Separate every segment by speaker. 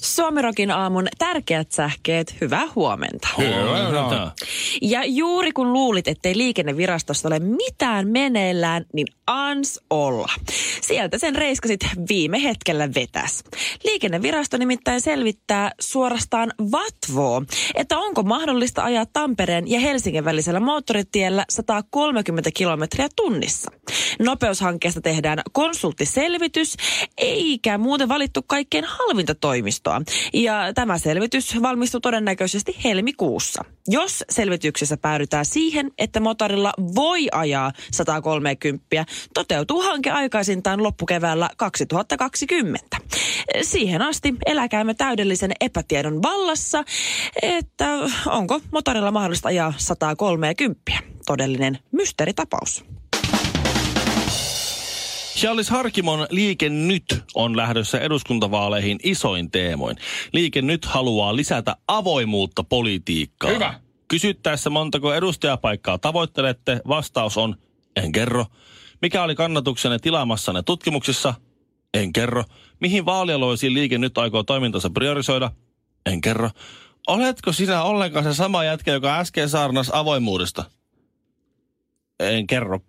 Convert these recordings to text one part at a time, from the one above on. Speaker 1: Suomirokin aamun tärkeät sähkeet, hyvää huomenta.
Speaker 2: Hyvä,
Speaker 1: Ja juuri kun luulit, ettei liikennevirastossa ole mitään meneillään, niin ans olla. Sieltä sen reiskasit viime hetkellä vetäs. Liikennevirasto nimittäin selvittää suorastaan vatvoo, että onko mahdollista ajaa Tampereen ja Helsingin välisellä moottoritiellä 130 kilometriä tunnissa. Nopeushankkeesta tehdään konsulttiselvitys, eikä muuten valittu kaikkein halvinta toimistoa. Ja tämä selvitys valmistuu todennäköisesti helmikuussa. Jos selvityksessä päädytään siihen, että motorilla voi ajaa 130, toteutuu hanke aikaisintaan loppukeväällä 2020. Siihen asti eläkäämme täydellisen epätiedon vallassa, että onko motorilla mahdollista ajaa 130. Todellinen mysteeritapaus.
Speaker 2: Charles Harkimon Liike Nyt on lähdössä eduskuntavaaleihin isoin teemoin. Liike Nyt haluaa lisätä avoimuutta politiikkaan.
Speaker 3: Hyvä.
Speaker 2: Kysyttäessä montako edustajapaikkaa tavoittelette, vastaus on en kerro. Mikä oli kannatuksenne tilaamassanne tutkimuksissa? En kerro. Mihin vaalialueisiin Liike Nyt aikoo toimintansa priorisoida? En kerro. Oletko sinä ollenkaan se sama jätkä, joka äsken saarnas avoimuudesta? En kerro.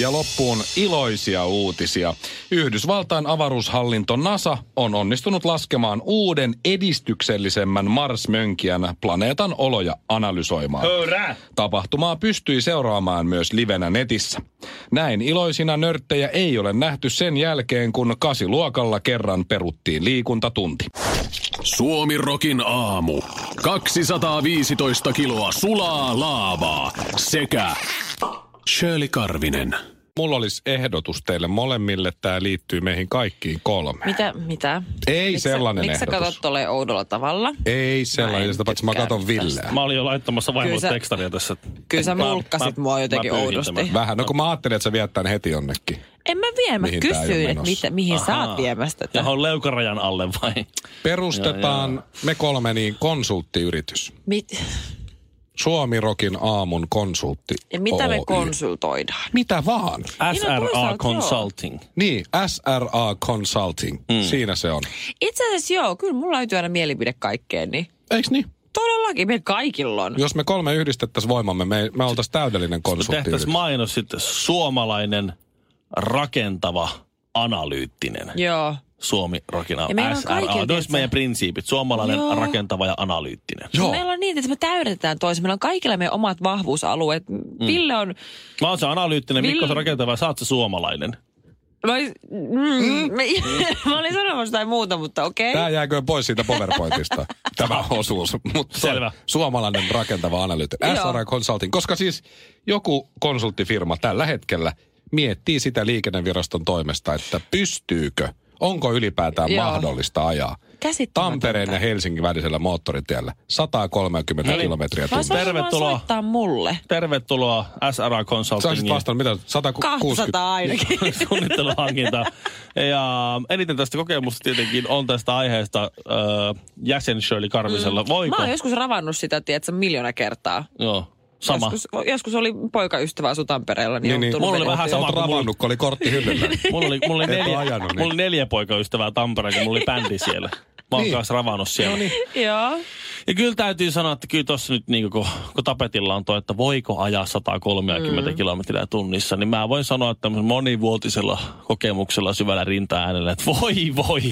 Speaker 3: Ja loppuun iloisia uutisia. Yhdysvaltain avaruushallinto NASA on onnistunut laskemaan uuden edistyksellisemmän Mars-mönkijän planeetan oloja analysoimaan.
Speaker 2: Höyrä!
Speaker 3: Tapahtumaa pystyi seuraamaan myös livenä netissä. Näin iloisina nörttejä ei ole nähty sen jälkeen, kun kasiluokalla kerran peruttiin liikuntatunti.
Speaker 4: Suomi Rokin aamu. 215 kiloa sulaa laavaa sekä Shirley Karvinen.
Speaker 3: Mulla olisi ehdotus teille molemmille. Tämä liittyy meihin kaikkiin kolme.
Speaker 1: Mitä? Mitä?
Speaker 3: Ei
Speaker 1: Miks sä-
Speaker 3: sellainen
Speaker 1: Miksi sä
Speaker 3: ehdotus.
Speaker 1: katsot tolleen oudolla tavalla?
Speaker 3: Ei
Speaker 1: Mä en
Speaker 3: sellainen, sitä paitsi mä
Speaker 1: tykkää
Speaker 3: katon Villeä.
Speaker 2: Mä olin jo laittamassa vaimolle
Speaker 1: Kyllä sä-
Speaker 2: tekstaria tässä.
Speaker 1: Kyllä sä
Speaker 2: Mä-
Speaker 1: mulkkasit
Speaker 2: mä-
Speaker 1: mua jotenkin
Speaker 2: mä pyyhin
Speaker 1: oudosti.
Speaker 2: tämän.
Speaker 3: Vähän, no kun mä ajattelin, että sä viet tän heti jonnekin.
Speaker 1: En mä vie, mä
Speaker 3: Mihin tää ei ole
Speaker 1: kysyin, että
Speaker 3: menossa?
Speaker 1: mitä, mihin sä
Speaker 2: Ahaa.
Speaker 1: oot viemässä tätä.
Speaker 2: Ja on leukarajan alle vai?
Speaker 1: Niin,
Speaker 3: Perustetaan me kolme niin konsulttiyritys.
Speaker 1: Mit,
Speaker 3: Suomirokin aamun konsultti.
Speaker 1: ja mitä me
Speaker 3: Oy.
Speaker 1: konsultoidaan?
Speaker 3: Mitä vaan.
Speaker 1: Niin, no
Speaker 2: SRA
Speaker 1: toisaalta
Speaker 2: Consulting.
Speaker 3: Niin, SRA Consulting.
Speaker 1: Mm.
Speaker 3: Siinä se on.
Speaker 1: Itse asiassa joo, kyllä mulla löytyy aina mielipide kaikkeen, niin
Speaker 3: Eiks niin?
Speaker 1: todellakin me kaikilla on.
Speaker 3: Jos me kolme yhdistettäisiin voimamme, me, me oltaisiin täydellinen
Speaker 1: Siis
Speaker 3: konsulttiyritys.
Speaker 2: Tehtäisiin mainos sitten suomalainen rakentava analyyttinen.
Speaker 1: Joo.
Speaker 2: Suomi Rokina
Speaker 1: Ja meillä on
Speaker 2: SRA.
Speaker 1: kaikilla,
Speaker 2: Ne olisi
Speaker 1: tiedätkö?
Speaker 2: meidän prinsiipit. Suomalainen
Speaker 1: Joo.
Speaker 2: rakentava ja analyyttinen.
Speaker 3: Joo.
Speaker 1: Meillä on niitä, että me täydetään toisen. Meillä on kaikilla meidän omat vahvuusalueet.
Speaker 2: Mm.
Speaker 1: Ville on...
Speaker 2: Mä oon se analyyttinen, Mikko
Speaker 1: Vill-
Speaker 2: on se rakentava ja sä oot se suomalainen.
Speaker 1: Mä, olis, mm, me, mä olin sanomassa jotain muuta, mutta okei.
Speaker 3: Tämä jääkö pois siitä PowerPointista, tämä osuus. Mutta
Speaker 2: Selvä.
Speaker 3: Suomalainen rakentava analyytti,
Speaker 1: Joo.
Speaker 3: SRA Consulting. Koska siis joku konsulttifirma tällä hetkellä miettii sitä liikenneviraston toimesta, että pystyykö, onko ylipäätään
Speaker 1: Joo.
Speaker 3: mahdollista ajaa
Speaker 1: Käsittämätöntä.
Speaker 3: Tampereen ja Helsingin välisellä moottoritiellä 130
Speaker 2: Eli-
Speaker 3: kilometriä
Speaker 1: Mä
Speaker 3: tunnissa.
Speaker 1: saisin
Speaker 2: Tervetuloa.
Speaker 1: vaan soittaa mulle.
Speaker 2: Tervetuloa SRA
Speaker 3: Sä olisit
Speaker 2: Consultingin
Speaker 3: vastannut mitä? 160?
Speaker 1: 200 ainakin.
Speaker 2: suunnitteluhankinta. Ja eniten tästä kokemusta tietenkin on tästä aiheesta äh, jäsen Shirley Karvisella. Voiko?
Speaker 1: Mm. Mä oon joskus ravannut sitä, tiedätkö, miljoona kertaa.
Speaker 2: Joo, sama.
Speaker 1: Joskus, joskus oli poikaystävä asu Tampereella, niin,
Speaker 3: Niin,
Speaker 1: on
Speaker 3: niin.
Speaker 1: tullut
Speaker 2: Mulla oli
Speaker 1: vedettyä.
Speaker 2: vähän sama
Speaker 3: Oot
Speaker 2: kuin mulla-
Speaker 3: ravannut, kun oli kortti hyllyllä.
Speaker 2: Mulla oli, mulla oli,
Speaker 3: Et
Speaker 2: neljä,
Speaker 3: oo ajanut niin.
Speaker 2: mulla oli neljä poikaystävää Tampereella, kun mulla oli bändi siellä. Mä oon
Speaker 3: Niin.
Speaker 2: kanssa ravannut siellä.
Speaker 1: Joo.
Speaker 2: Ja kyllä täytyy sanoa, että kyllä tossa nyt niin kun, kun tapetilla on toi, että voiko ajaa 130 mm. kilometriä tunnissa, niin mä voin sanoa että tämmöisellä monivuotisella kokemuksella syvällä rinta-äänellä, että voi voi,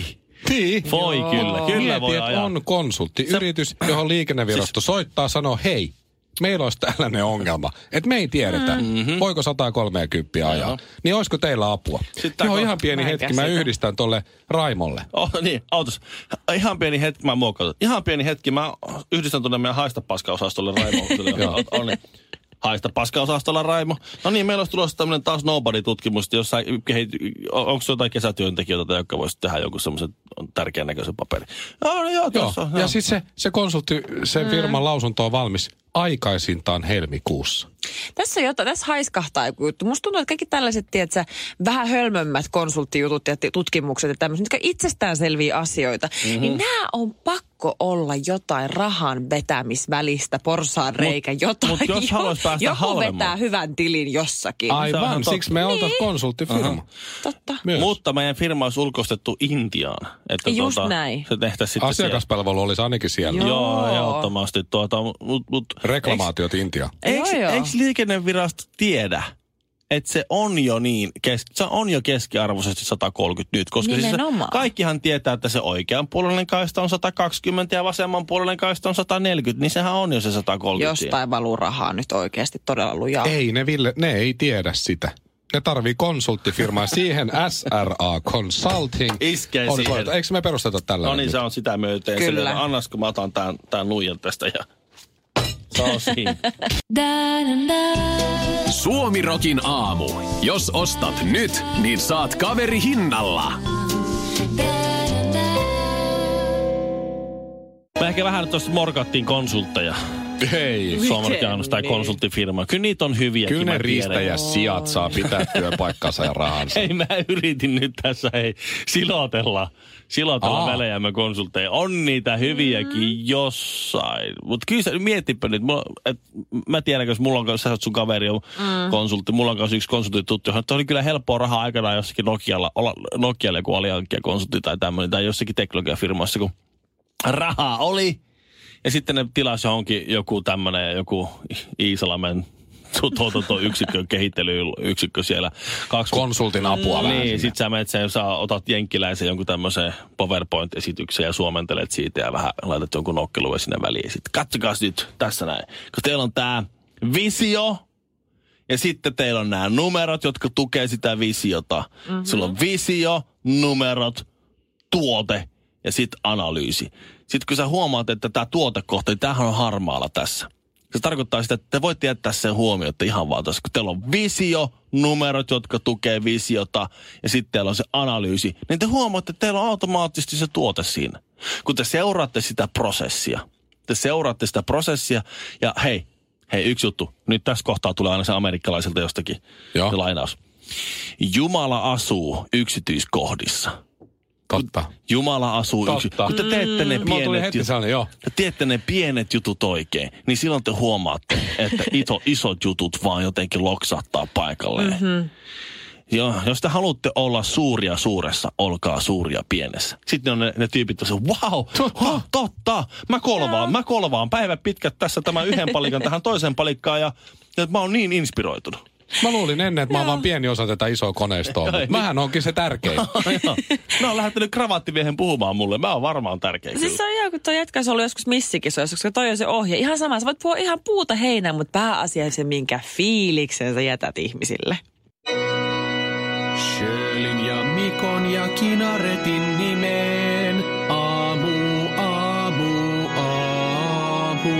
Speaker 3: Niin.
Speaker 2: voi Joo. kyllä, kyllä
Speaker 3: Mieti,
Speaker 2: voi
Speaker 3: että
Speaker 2: ajaa.
Speaker 3: on konsulttiyritys, johon liikennevirasto soittaa, sanoo hei, meillä olisi tällainen ongelma, että me ei tiedetä,
Speaker 2: Mhm.
Speaker 3: mm-hmm. voiko 130 ajaa. Niin olisiko teillä apua?
Speaker 2: Sitten
Speaker 3: Sitten Joo,
Speaker 2: tää-
Speaker 3: ihan pieni
Speaker 1: Mä en
Speaker 3: hetki, mä
Speaker 1: käsitä.
Speaker 3: yhdistän tolle Raimolle.
Speaker 2: Oh, niin, autos. Ihan pieni hetki, mä muokaan. Ihan pieni hetki, mä yhdistän tuonne meidän haista paska-osastolle Raimo.
Speaker 3: Joo.
Speaker 2: on, on, niin. Haista paskaosastolla, Raimo. No niin, meillä olisi tulossa tämmöinen taas nobody-tutkimus, jossa kehit... onko jotain kesätyöntekijöitä, jotka voisi tehdä joku semmoisen tärkeän näköisen paperin. Joo, no joo, Mm.
Speaker 3: Joo.
Speaker 2: tuossa.
Speaker 3: Ja sitten se, se konsultti, sen firman lausunto on valmis aikaisintaan helmikuussa.
Speaker 2: Niin,
Speaker 1: Tässä, on jotain, tässä haiskahtaa joku juttu. Musta tuntuu, että kaikki tällaiset, tiedätkö, vähän hölmömmät konsulttijutut ja ti- tutkimukset ja tämmöiset, mitkä itsestään selviä asioita, mm-hmm.
Speaker 2: Mhm.
Speaker 1: niin nämä on pakko olla jotain rahan vetämisvälistä, porsaan reikä, jotain.
Speaker 2: mut jos haluaisi päästä
Speaker 1: joku
Speaker 2: halvemmalle.
Speaker 1: vetää hyvän tilin jossakin. Ai.
Speaker 3: Aivan,
Speaker 2: totta. Niin.
Speaker 3: siksi me oltaisiin konsulttifirma.
Speaker 1: Totta.
Speaker 3: Myös.
Speaker 2: Mutta meidän firma olisi ulkoistettu Intiaan. Että tuota,
Speaker 1: Just näin.
Speaker 2: Se tehtäisiin sitten
Speaker 3: Asiakaspalvelu olisi ainakin siellä.
Speaker 2: siellä. Joo,
Speaker 1: Joo.
Speaker 2: ehdottomasti. Tuota, mut, mut,
Speaker 3: Reklamaatiot Intia.
Speaker 2: Eikö,
Speaker 1: Joo, joo.
Speaker 2: eikö liikennevirasto tiedä, että se on jo niin, kes, se on jo keskiarvoisesti 130 nyt, koska siis se-
Speaker 1: Nimenomaan.
Speaker 2: kaikkihan tietää, että se oikeanpuolinen kaista on 120 ja vasemmanpuolinen kaista on 140, niin sehän on jo se 130. tie.
Speaker 1: Jostain valuu rahaa nyt oikeasti todella
Speaker 2: Ah.
Speaker 1: lujaa.
Speaker 3: Ei ne, Ville, ne ei tiedä sitä. Ne tarvii konsulttifirmaa. Siihen SRA Consulting.
Speaker 2: Iskee
Speaker 3: on
Speaker 2: siihen.
Speaker 3: kohta. Eikö me perusteta tällä?
Speaker 2: No niin, se on sitä myöten.
Speaker 1: Kyllä.
Speaker 2: Silleen, no, Annas, kun mä otan tämän, tämän nuijan tästä ja... Se on siinä.
Speaker 4: Suomirokin aamu. Jos ostat nyt, niin saat kaveri hinnalla.
Speaker 2: Mä ehkä vähän nyt tuossa morkattiin konsultteja.
Speaker 3: Hei.
Speaker 2: Suomalainen tai konsulttifirma. Kyllä niitä on hyviä.
Speaker 3: Kyllä ne
Speaker 2: mä tiedän.
Speaker 3: riistäjä sijat saa pitää työpaikkansa ja rahansa.
Speaker 2: Ei, mä yritin nyt tässä ei silotella, silotella
Speaker 3: Aa.
Speaker 2: välejämme konsultteja. On niitä hyviäkin mm. jossain. Mutta kyllä sä mietipä nyt, mulla, et, mä tiedän, jos mulla on kanssa, sä oot sun kaveri on mm. konsultti, mulla on kanssa yksi konsulttituttu, johon oli kyllä helppoa rahaa aikanaan jossakin Nokialla, olla, Nokialla joku alihankkijakonsultti tai tämmöinen, tai jossakin teknologiafirmassa, kun rahaa oli. Ja sitten ne tilasi johonkin joku tämmöinen, joku Iisalamen tuotantoyksikkö, kehittelyyksikkö siellä. Kaksi
Speaker 3: Konsultin apua vähän
Speaker 2: niin,
Speaker 3: sinne.
Speaker 2: sit sä menet sen, saa, otat jenkkiläisen jonkun tämmöisen PowerPoint-esityksen ja suomentelet siitä ja vähän laitat jonkun nokkelue sinne väliin. Sitten katsokaa nyt tässä näin. Kun teillä on tämä visio ja sitten teillä on nämä numerot, jotka tukee sitä visiota. Mm-hmm. Sulla on visio, numerot, tuote ja sitten analyysi. Sitten kun sä huomaat, että tämä tuotekohta, niin tämähän on harmaalla tässä. Se tarkoittaa sitä, että te voitte jättää sen huomiota ihan vaan tässä, kun teillä on visio, numerot, jotka tukee visiota, ja sitten teillä on se analyysi, niin te huomaatte, että teillä on automaattisesti se tuote siinä. Kun te seuraatte sitä prosessia, te seuraatte sitä prosessia, ja hei, hei, yksi juttu, nyt tässä kohtaa tulee aina se amerikkalaiselta jostakin
Speaker 3: Joo.
Speaker 2: se lainaus. Jumala asuu yksityiskohdissa.
Speaker 3: Totta.
Speaker 2: Jumala asuu
Speaker 3: Totta. Mm.
Speaker 2: yksin. Kun te teette ne
Speaker 3: Mulla tuli
Speaker 2: pienet,
Speaker 3: heti
Speaker 2: jutut,
Speaker 3: sellainen, joo.
Speaker 2: te teette ne pienet jutut oikein, niin silloin te huomaatte, että iso, isot jutut vaan jotenkin loksahtaa paikalleen. Mm-hmm. Joo, jos te haluatte olla suuria suuressa, olkaa suuria pienessä. Sitten on ne, ne tyypit, jotka wow, totta. Ha, totta, mä kolvaan, mä kolvaan päivät pitkät tässä tämän yhden palikan tähän toiseen palikkaan ja, ja mä oon niin inspiroitunut.
Speaker 3: Mä luulin ennen, että mä oon vaan pieni osa tätä isoa koneistoa, mutta mähän onkin se tärkein.
Speaker 2: Joo. Mä oon lähtenyt kravattiviehen puhumaan mulle, mä oon varmaan tärkeä. kyllä.
Speaker 1: Siis se on ihan kuin toi jätkä, olisi ollut joskus missikisoissa, koska toi on se ohje. Ihan sama, sä voit puhua ihan puuta heinää, mutta pääasia se, minkä fiiliksen sä jätät ihmisille.
Speaker 4: Sjölin ja Mikon ja Kinaretin nimeen. Aamu, aamu, aamu.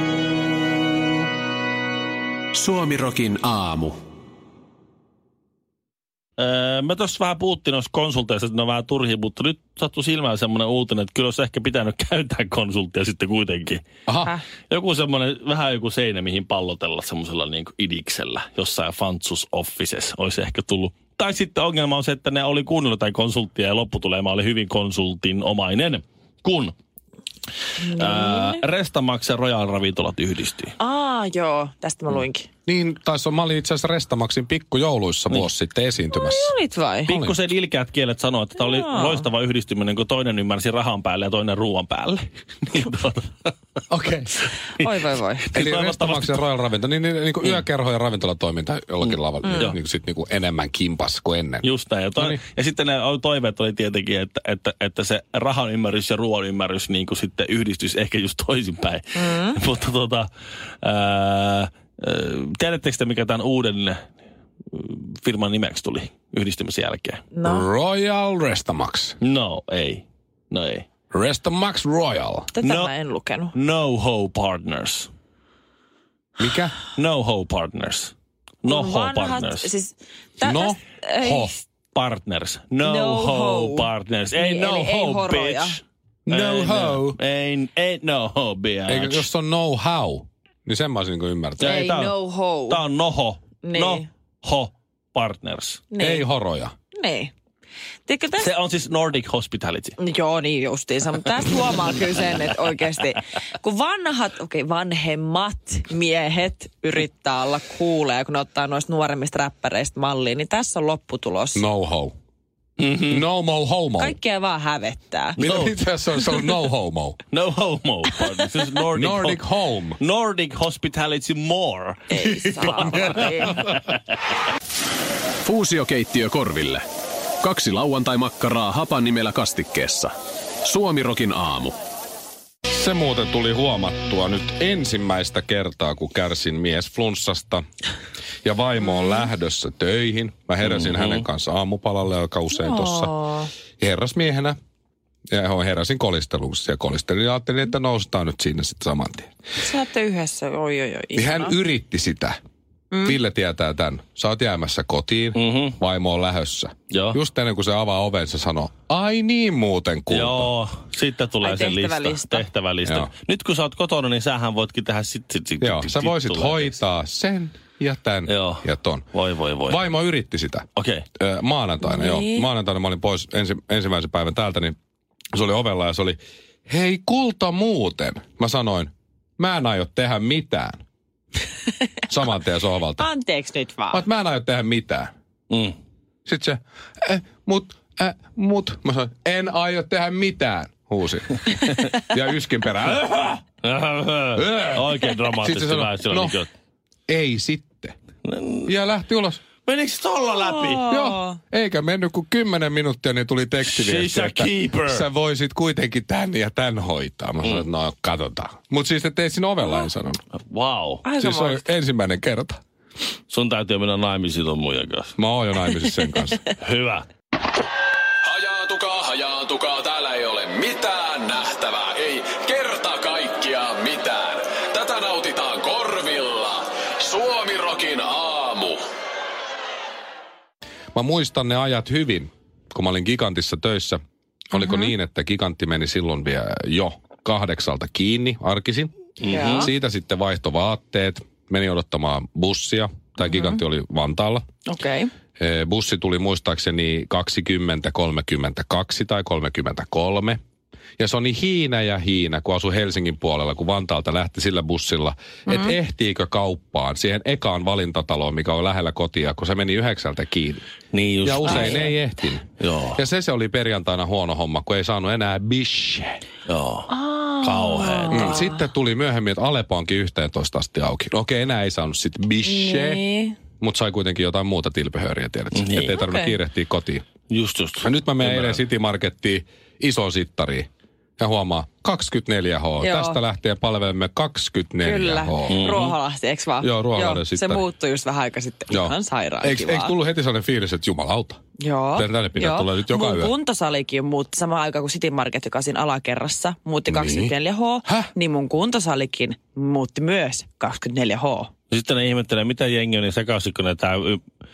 Speaker 4: Suomirokin aamu.
Speaker 2: Öö, me tuossa vähän puhuttiin noista konsulteista, että ne on vähän turhia, mutta nyt sattui silmään semmoinen uutinen, että kyllä olisi ehkä pitänyt käyttää konsulttia sitten kuitenkin.
Speaker 3: Aha,
Speaker 1: Häh?
Speaker 2: Joku semmoinen, vähän joku seinä, mihin pallotella semmoisella niin idiksellä, jossain Fantsus Offices olisi ehkä tullut. Tai sitten ongelma on se, että ne oli kuunnellut jotain konsulttia ja lopputulema oli hyvin konsultinomainen, kun öö, Restamax ja Royal Ravintolat yhdistyi.
Speaker 1: Aa, joo, tästä mä luinkin.
Speaker 3: niin taisi on, mä olin itse asiassa Restamaksin pikkujouluissa vuosi sitten esiintymässä.
Speaker 1: Olit No vai?
Speaker 2: Pikkusen ilkeät kielet sanoo, että tämä oli
Speaker 1: Joo.
Speaker 2: loistava yhdistyminen, kun toinen ymmärsi rahan päälle ja toinen ruoan päälle. niin tuota,
Speaker 3: Okei.
Speaker 1: Oi voi voi.
Speaker 3: Eli
Speaker 2: toivottavasti-
Speaker 3: Restamaksin ja Royal Ravinto, niin, niin, niin kuin yökerho ja ravintolatoiminta jollakin lavalla, niin,
Speaker 2: Joo.
Speaker 3: niin, sit niin kuin enemmän kimpas kuin ennen.
Speaker 2: just näin. Ja, to-
Speaker 3: Noniin.
Speaker 2: ja sitten ne toiveet oli tietenkin, että, että, että se rahan ymmärrys ja ruoan ymmärrys niin kuin sitten yhdistys ehkä just toisinpäin. Mm. Mutta tota, ää, ää, tiedättekö te, mikä tämän uuden ä, firman nimeksi tuli yhdistymisen jälkeen?
Speaker 1: No,
Speaker 3: Royal Restamax.
Speaker 2: No, ei. No ei.
Speaker 3: Restamax Royal.
Speaker 1: tätä
Speaker 2: No.
Speaker 1: mä en lukenut.
Speaker 2: No Ho Partners.
Speaker 3: Mikä?
Speaker 2: No ho partners. No
Speaker 1: Kun
Speaker 2: ho partners.
Speaker 1: siis,
Speaker 3: No,
Speaker 1: ei,
Speaker 3: ho.
Speaker 2: partners. No,
Speaker 1: No
Speaker 2: ho,
Speaker 1: ho.
Speaker 2: partners. Ei
Speaker 1: Niin,
Speaker 2: no
Speaker 1: eli ei
Speaker 2: ho,
Speaker 1: horoja.
Speaker 2: bitch.
Speaker 3: No
Speaker 2: ei,
Speaker 3: ho.
Speaker 2: Ei, ei no ho, bitch.
Speaker 3: Eikö, jos on no how, niin sen mä olisin niin ymmärtänyt.
Speaker 2: Ei,
Speaker 1: ei
Speaker 2: tää on-
Speaker 1: no ho.
Speaker 2: Tää on noho.
Speaker 1: Niin.
Speaker 2: No ho partners.
Speaker 1: Niin.
Speaker 3: Ei horoja.
Speaker 1: Niin. Tiedätkö, tässä
Speaker 2: Se on siis Nordic Hospitality.
Speaker 1: Joo, niin justiinsa. Mutta tästä huomaa kyllä sen, että oikeasti kun vanhat, okei okay, vanhemmat miehet yrittää olla kuuleja, kun ne ottaa noista nuoremmista räppäreistä mallia, niin tässä on lopputulos.
Speaker 3: No how. Mm-hmm. No mo homo.
Speaker 1: Kaikkea vaan hävettää.
Speaker 3: Mitä,
Speaker 2: No.
Speaker 3: mitä se on? Se on no homo.
Speaker 2: No homo partners. Siis Nordic,
Speaker 3: Nordic
Speaker 2: ho-
Speaker 3: home.
Speaker 2: Nordic Hospitality more.
Speaker 1: Ei saa. Ei.
Speaker 4: Fuusiokeittiö korville. Kaksi lauantai-makkaraa hapan nimellä kastikkeessa. Suomirokin aamu.
Speaker 3: Se muuten tuli huomattua nyt ensimmäistä kertaa, kun kärsin mies flunssasta ja vaimo on lähdössä töihin. Mä heräsin mm-hmm. hänen kanssa aamupalalle aika usein no. tuossa herrasmiehenä. Ja joo, heräsin kolistelussa ja kolistelin ja ajattelin, että noustaan nyt siinä sitten saman tien.
Speaker 1: Sä ootte yhdessä, oi oi oi.
Speaker 3: Niin hän
Speaker 1: ihana.
Speaker 3: yritti sitä. Mm. Ville tietää tämän. Sä oot jäämässä kotiin, mm-hmm. vaimo on lähössä.
Speaker 2: Joo.
Speaker 3: Just ennen kuin se avaa oven, se sanoo, ai niin muuten kulta.
Speaker 2: Joo, sitten tulee
Speaker 1: Ai,
Speaker 2: se lista.
Speaker 1: tehtävälista.
Speaker 2: Tehtävälista.
Speaker 3: Joo.
Speaker 2: Nyt kun sä oot kotona, niin sähän voitkin tehdä sit, sit, sit,
Speaker 3: Joo,
Speaker 2: sit,
Speaker 3: sä
Speaker 2: sit
Speaker 3: voisit
Speaker 2: tulee.
Speaker 3: hoitaa sen ja tämän
Speaker 2: Joo.
Speaker 3: ja ton.
Speaker 2: Voi, voi, voi.
Speaker 3: Vaimo yritti sitä.
Speaker 2: Okei. Okay.
Speaker 3: Ö, Maanantaina, niin. joo. Maanantaina mä olin pois ensi, ensimmäisen päivän täältä, niin se oli ovella ja se oli, hei kulta muuten. Mä sanoin, mä en aio tehdä mitään. Saman tien sohvalta. Mä
Speaker 1: Anteeksi nyt vaan.
Speaker 3: oon, mä en aio tehdä mitään.
Speaker 2: Mm.
Speaker 3: Sitten se, eh, mut, eh, mut. Mä sanoin, en aio tehdä mitään, huusi. ja yskin perään,
Speaker 2: Oikein
Speaker 3: Sitten
Speaker 2: dramaattista
Speaker 3: se sanoi,
Speaker 2: vähän silloin.
Speaker 3: no.
Speaker 2: niin kuin-
Speaker 3: ei sitten.
Speaker 2: Mm.
Speaker 3: Ja lähti ulos.
Speaker 2: Menikö se tolla läpi?
Speaker 3: Joo, eikä mennyt kuin 10 minuuttia, niin tuli tekstiviesti,
Speaker 2: She's a keeper. Mm.
Speaker 3: sä voisit kuitenkin tän ja tän hoitaa. Mä sanoin, että no katsotaan. Mutta siis ettei siinä ovella en sanonut.
Speaker 2: Wow.
Speaker 1: Aika
Speaker 3: Siis se oli
Speaker 1: mahtavaa.
Speaker 3: ensimmäinen kerta.
Speaker 2: Sun täytyy mennä naimisiin ton muijan kanssa.
Speaker 3: Mä oon jo naimisissa sen kanssa.
Speaker 2: Hyvä.
Speaker 4: Hajaantukaa, hajaantukaa, täällä ei ole mitään nähtävää, ei kerta kaikkiaan mitään. Tätä nautitaan korvilla. Suomirokin aamu.
Speaker 3: Mä muistan ne ajat hyvin, kun mä olin Gigantissa töissä. Oliko mm-hmm. niin, että Gigantti meni silloin vielä jo kahdeksalta kiinni arkisin.
Speaker 1: Joo.
Speaker 3: Siitä sitten vaihto vaatteet, meni odottamaan bussia. Tämä mm-hmm. Gigantti oli Vantaalla.
Speaker 1: Okei. Okay.
Speaker 3: Ee, Bussi tuli muistaakseni 20, 32 tai 33. Ja se on niin hiinä ja hiinä, kun asui Helsingin puolella, kun Vantaalta lähti sillä bussilla, mm-hmm. että ehtiikö kauppaan siihen ekaan valintataloon, mikä oli lähellä kotia, kun se meni yhdeksältä kiinni.
Speaker 2: Niin just.
Speaker 3: Ja usein
Speaker 2: näin.
Speaker 3: ei ehtinyt.
Speaker 2: Joo.
Speaker 3: Ja se se oli perjantaina huono homma, kun ei saanut enää bishe.
Speaker 2: Joo. Kauheeta.
Speaker 3: Mm. Sitten tuli myöhemmin, että Alepo onkin 11 asti auki. No Okei, enää ei saanut sitten bishe,
Speaker 1: Niin.
Speaker 3: mutta sai kuitenkin jotain muuta tilpehööriä, tiedätkö?
Speaker 2: Niin.
Speaker 3: Niin. Että ei tarvinnut
Speaker 1: Okei.
Speaker 3: okay. kiirehtiä kotiin.
Speaker 2: Just just.
Speaker 3: Ja nyt mä menen eilen City Markettiin iso sittariin ja huomaa 24H.
Speaker 1: Joo.
Speaker 3: Joo. Tästä lähtien palvelemme 24H.
Speaker 1: Kyllä.
Speaker 2: Mm.
Speaker 1: Ruoholahti, eikö vaan?
Speaker 3: Joo, Ruoholahden
Speaker 1: Se
Speaker 3: sittari.
Speaker 1: muuttui just vähän aika sitten. Joo. Ihan sairaan
Speaker 3: Eikö,
Speaker 1: kivaa.
Speaker 3: eikö tullut heti sellainen fiilis, että jumalauta?
Speaker 1: Joo.
Speaker 3: Tän- Tänne pitää
Speaker 1: Joo.
Speaker 3: tulla nyt joka
Speaker 1: Mun
Speaker 3: yö.
Speaker 1: kuntosalikin muutti samaan aikaan kuin City Market, joka on siinä alakerrassa, muutti 24H.
Speaker 3: Niin. Häh?
Speaker 1: Niin mun kuntosalikin muutti myös 24H.
Speaker 2: Sitten ne ihmettelee, mitä jengi on niin sekaisin, kun ne tää... Y-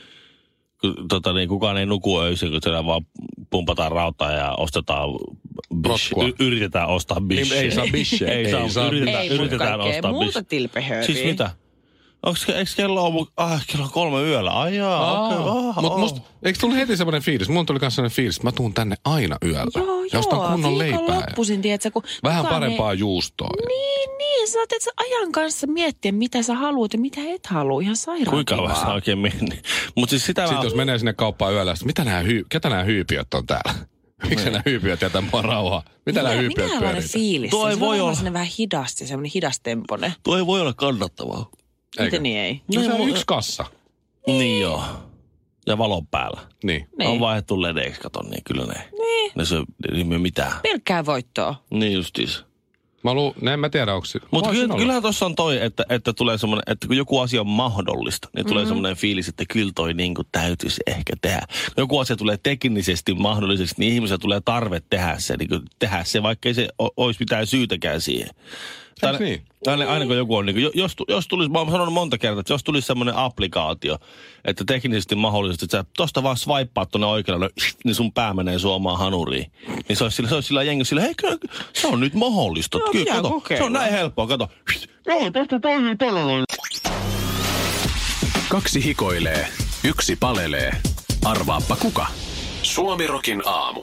Speaker 2: kun, tota niin, kukaan ei nuku öisin, kun siellä vaan pumpataan rautaa ja ostetaan bish,
Speaker 3: Rotkua.
Speaker 2: y- yritetään ostaa bish.
Speaker 3: Niin, ei saa bisheä.
Speaker 2: ei,
Speaker 3: Ei
Speaker 2: saa,
Speaker 3: saa
Speaker 2: yritetään,
Speaker 1: Ei, mutta
Speaker 2: yritetään
Speaker 1: kaikkea
Speaker 2: ostaa
Speaker 1: muuta
Speaker 2: bish.
Speaker 1: tilpehööriä.
Speaker 2: Siis mitä? Onks, eikö kello on, ah, kello on kolme yöllä? Ai jaa, okei, ah,
Speaker 3: Mutta
Speaker 2: oh.
Speaker 3: musta, eikö tullut heti semmoinen fiilis? Mun tuli myös semmoinen fiilis, että mä tuun tänne aina yöllä.
Speaker 1: Joo,
Speaker 3: ja ostan
Speaker 1: joo, viikon
Speaker 3: kunnon leipää. ja
Speaker 1: loppuisin, tiedätkö, kun
Speaker 3: Vähän
Speaker 1: kukaan
Speaker 3: parempaa juustoa. ja-
Speaker 1: Ei... Niin, niin, sä oot et sä ajan kanssa miettiä, mitä sä haluat ja mitä et halua. Ihan sairaan
Speaker 2: Kuinka
Speaker 1: kivaa.
Speaker 2: vähän se oikein meni? Mutta siis sitä mä...
Speaker 3: Sitten jos menee sinne kauppaan yöllä, sit mitä nämä hyy, ketä nämä hyypiöt on täällä? Miksi nämä hyypiöt jätä mua rauhaa? Mitä nämä hyypiöt
Speaker 1: Minkälainen
Speaker 3: pyörii?
Speaker 1: fiilis?
Speaker 2: Tuo ei
Speaker 1: se on
Speaker 2: voi
Speaker 1: varmaan
Speaker 2: olla.
Speaker 1: sinne vähän hidas ja semmoinen hidastempone.
Speaker 2: Tuo ei voi olla kannattavaa.
Speaker 3: Eikö?
Speaker 1: Miten niin ei?
Speaker 3: No, se on
Speaker 2: Niin,
Speaker 3: yksi kassa.
Speaker 2: Niin joo. Ja valon päällä.
Speaker 3: Niin.
Speaker 2: Niin.
Speaker 1: Niin.
Speaker 2: On vaihdettu ledeiksi, kato, niin kyllä ne. Niin. Ne syö, niin me mitään.
Speaker 1: Pelkkää voittoa.
Speaker 2: Niin justiis.
Speaker 3: Mä lu, no en mä tiedä, onko se...
Speaker 2: Mutta
Speaker 3: Voisin
Speaker 2: kyllä,
Speaker 3: olla.
Speaker 2: kyllähän tuossa on toi, että, että tulee semmoinen, että kun joku asia on mahdollista, niin tulee semmoinen fiilis, että kyllä toi niin kuin täytyisi ehkä tehdä. Joku asia tulee teknisesti mahdolliseksi, niin ihmisellä tulee tarve tehdä se, niin kuin tehdä se, vaikkei se o- olisi mitään syytäkään siihen. Tai,
Speaker 3: niin?
Speaker 2: tai aina, aina kun joku on, niin kuin, jos, tu- jos tulisi, mä oon sanonut monta kertaa, että jos tulisi semmoinen applikaatio, että teknisesti mahdollisesti, että sä tosta vaan swipeaat tuonne oikealle, niin sun pää menee suomaan hanuriin. Niin se olisi sillä, se olisi sillä jengi sillä, hei kyllä, se on nyt mahdollista.
Speaker 1: No,
Speaker 2: kyllä,
Speaker 1: pitää
Speaker 2: kato, se
Speaker 1: kokeilla.
Speaker 2: on näin helppoa, kato.
Speaker 4: Kaksi hikoilee, yksi palelee. Arvaappa kuka? Suomirokin aamu.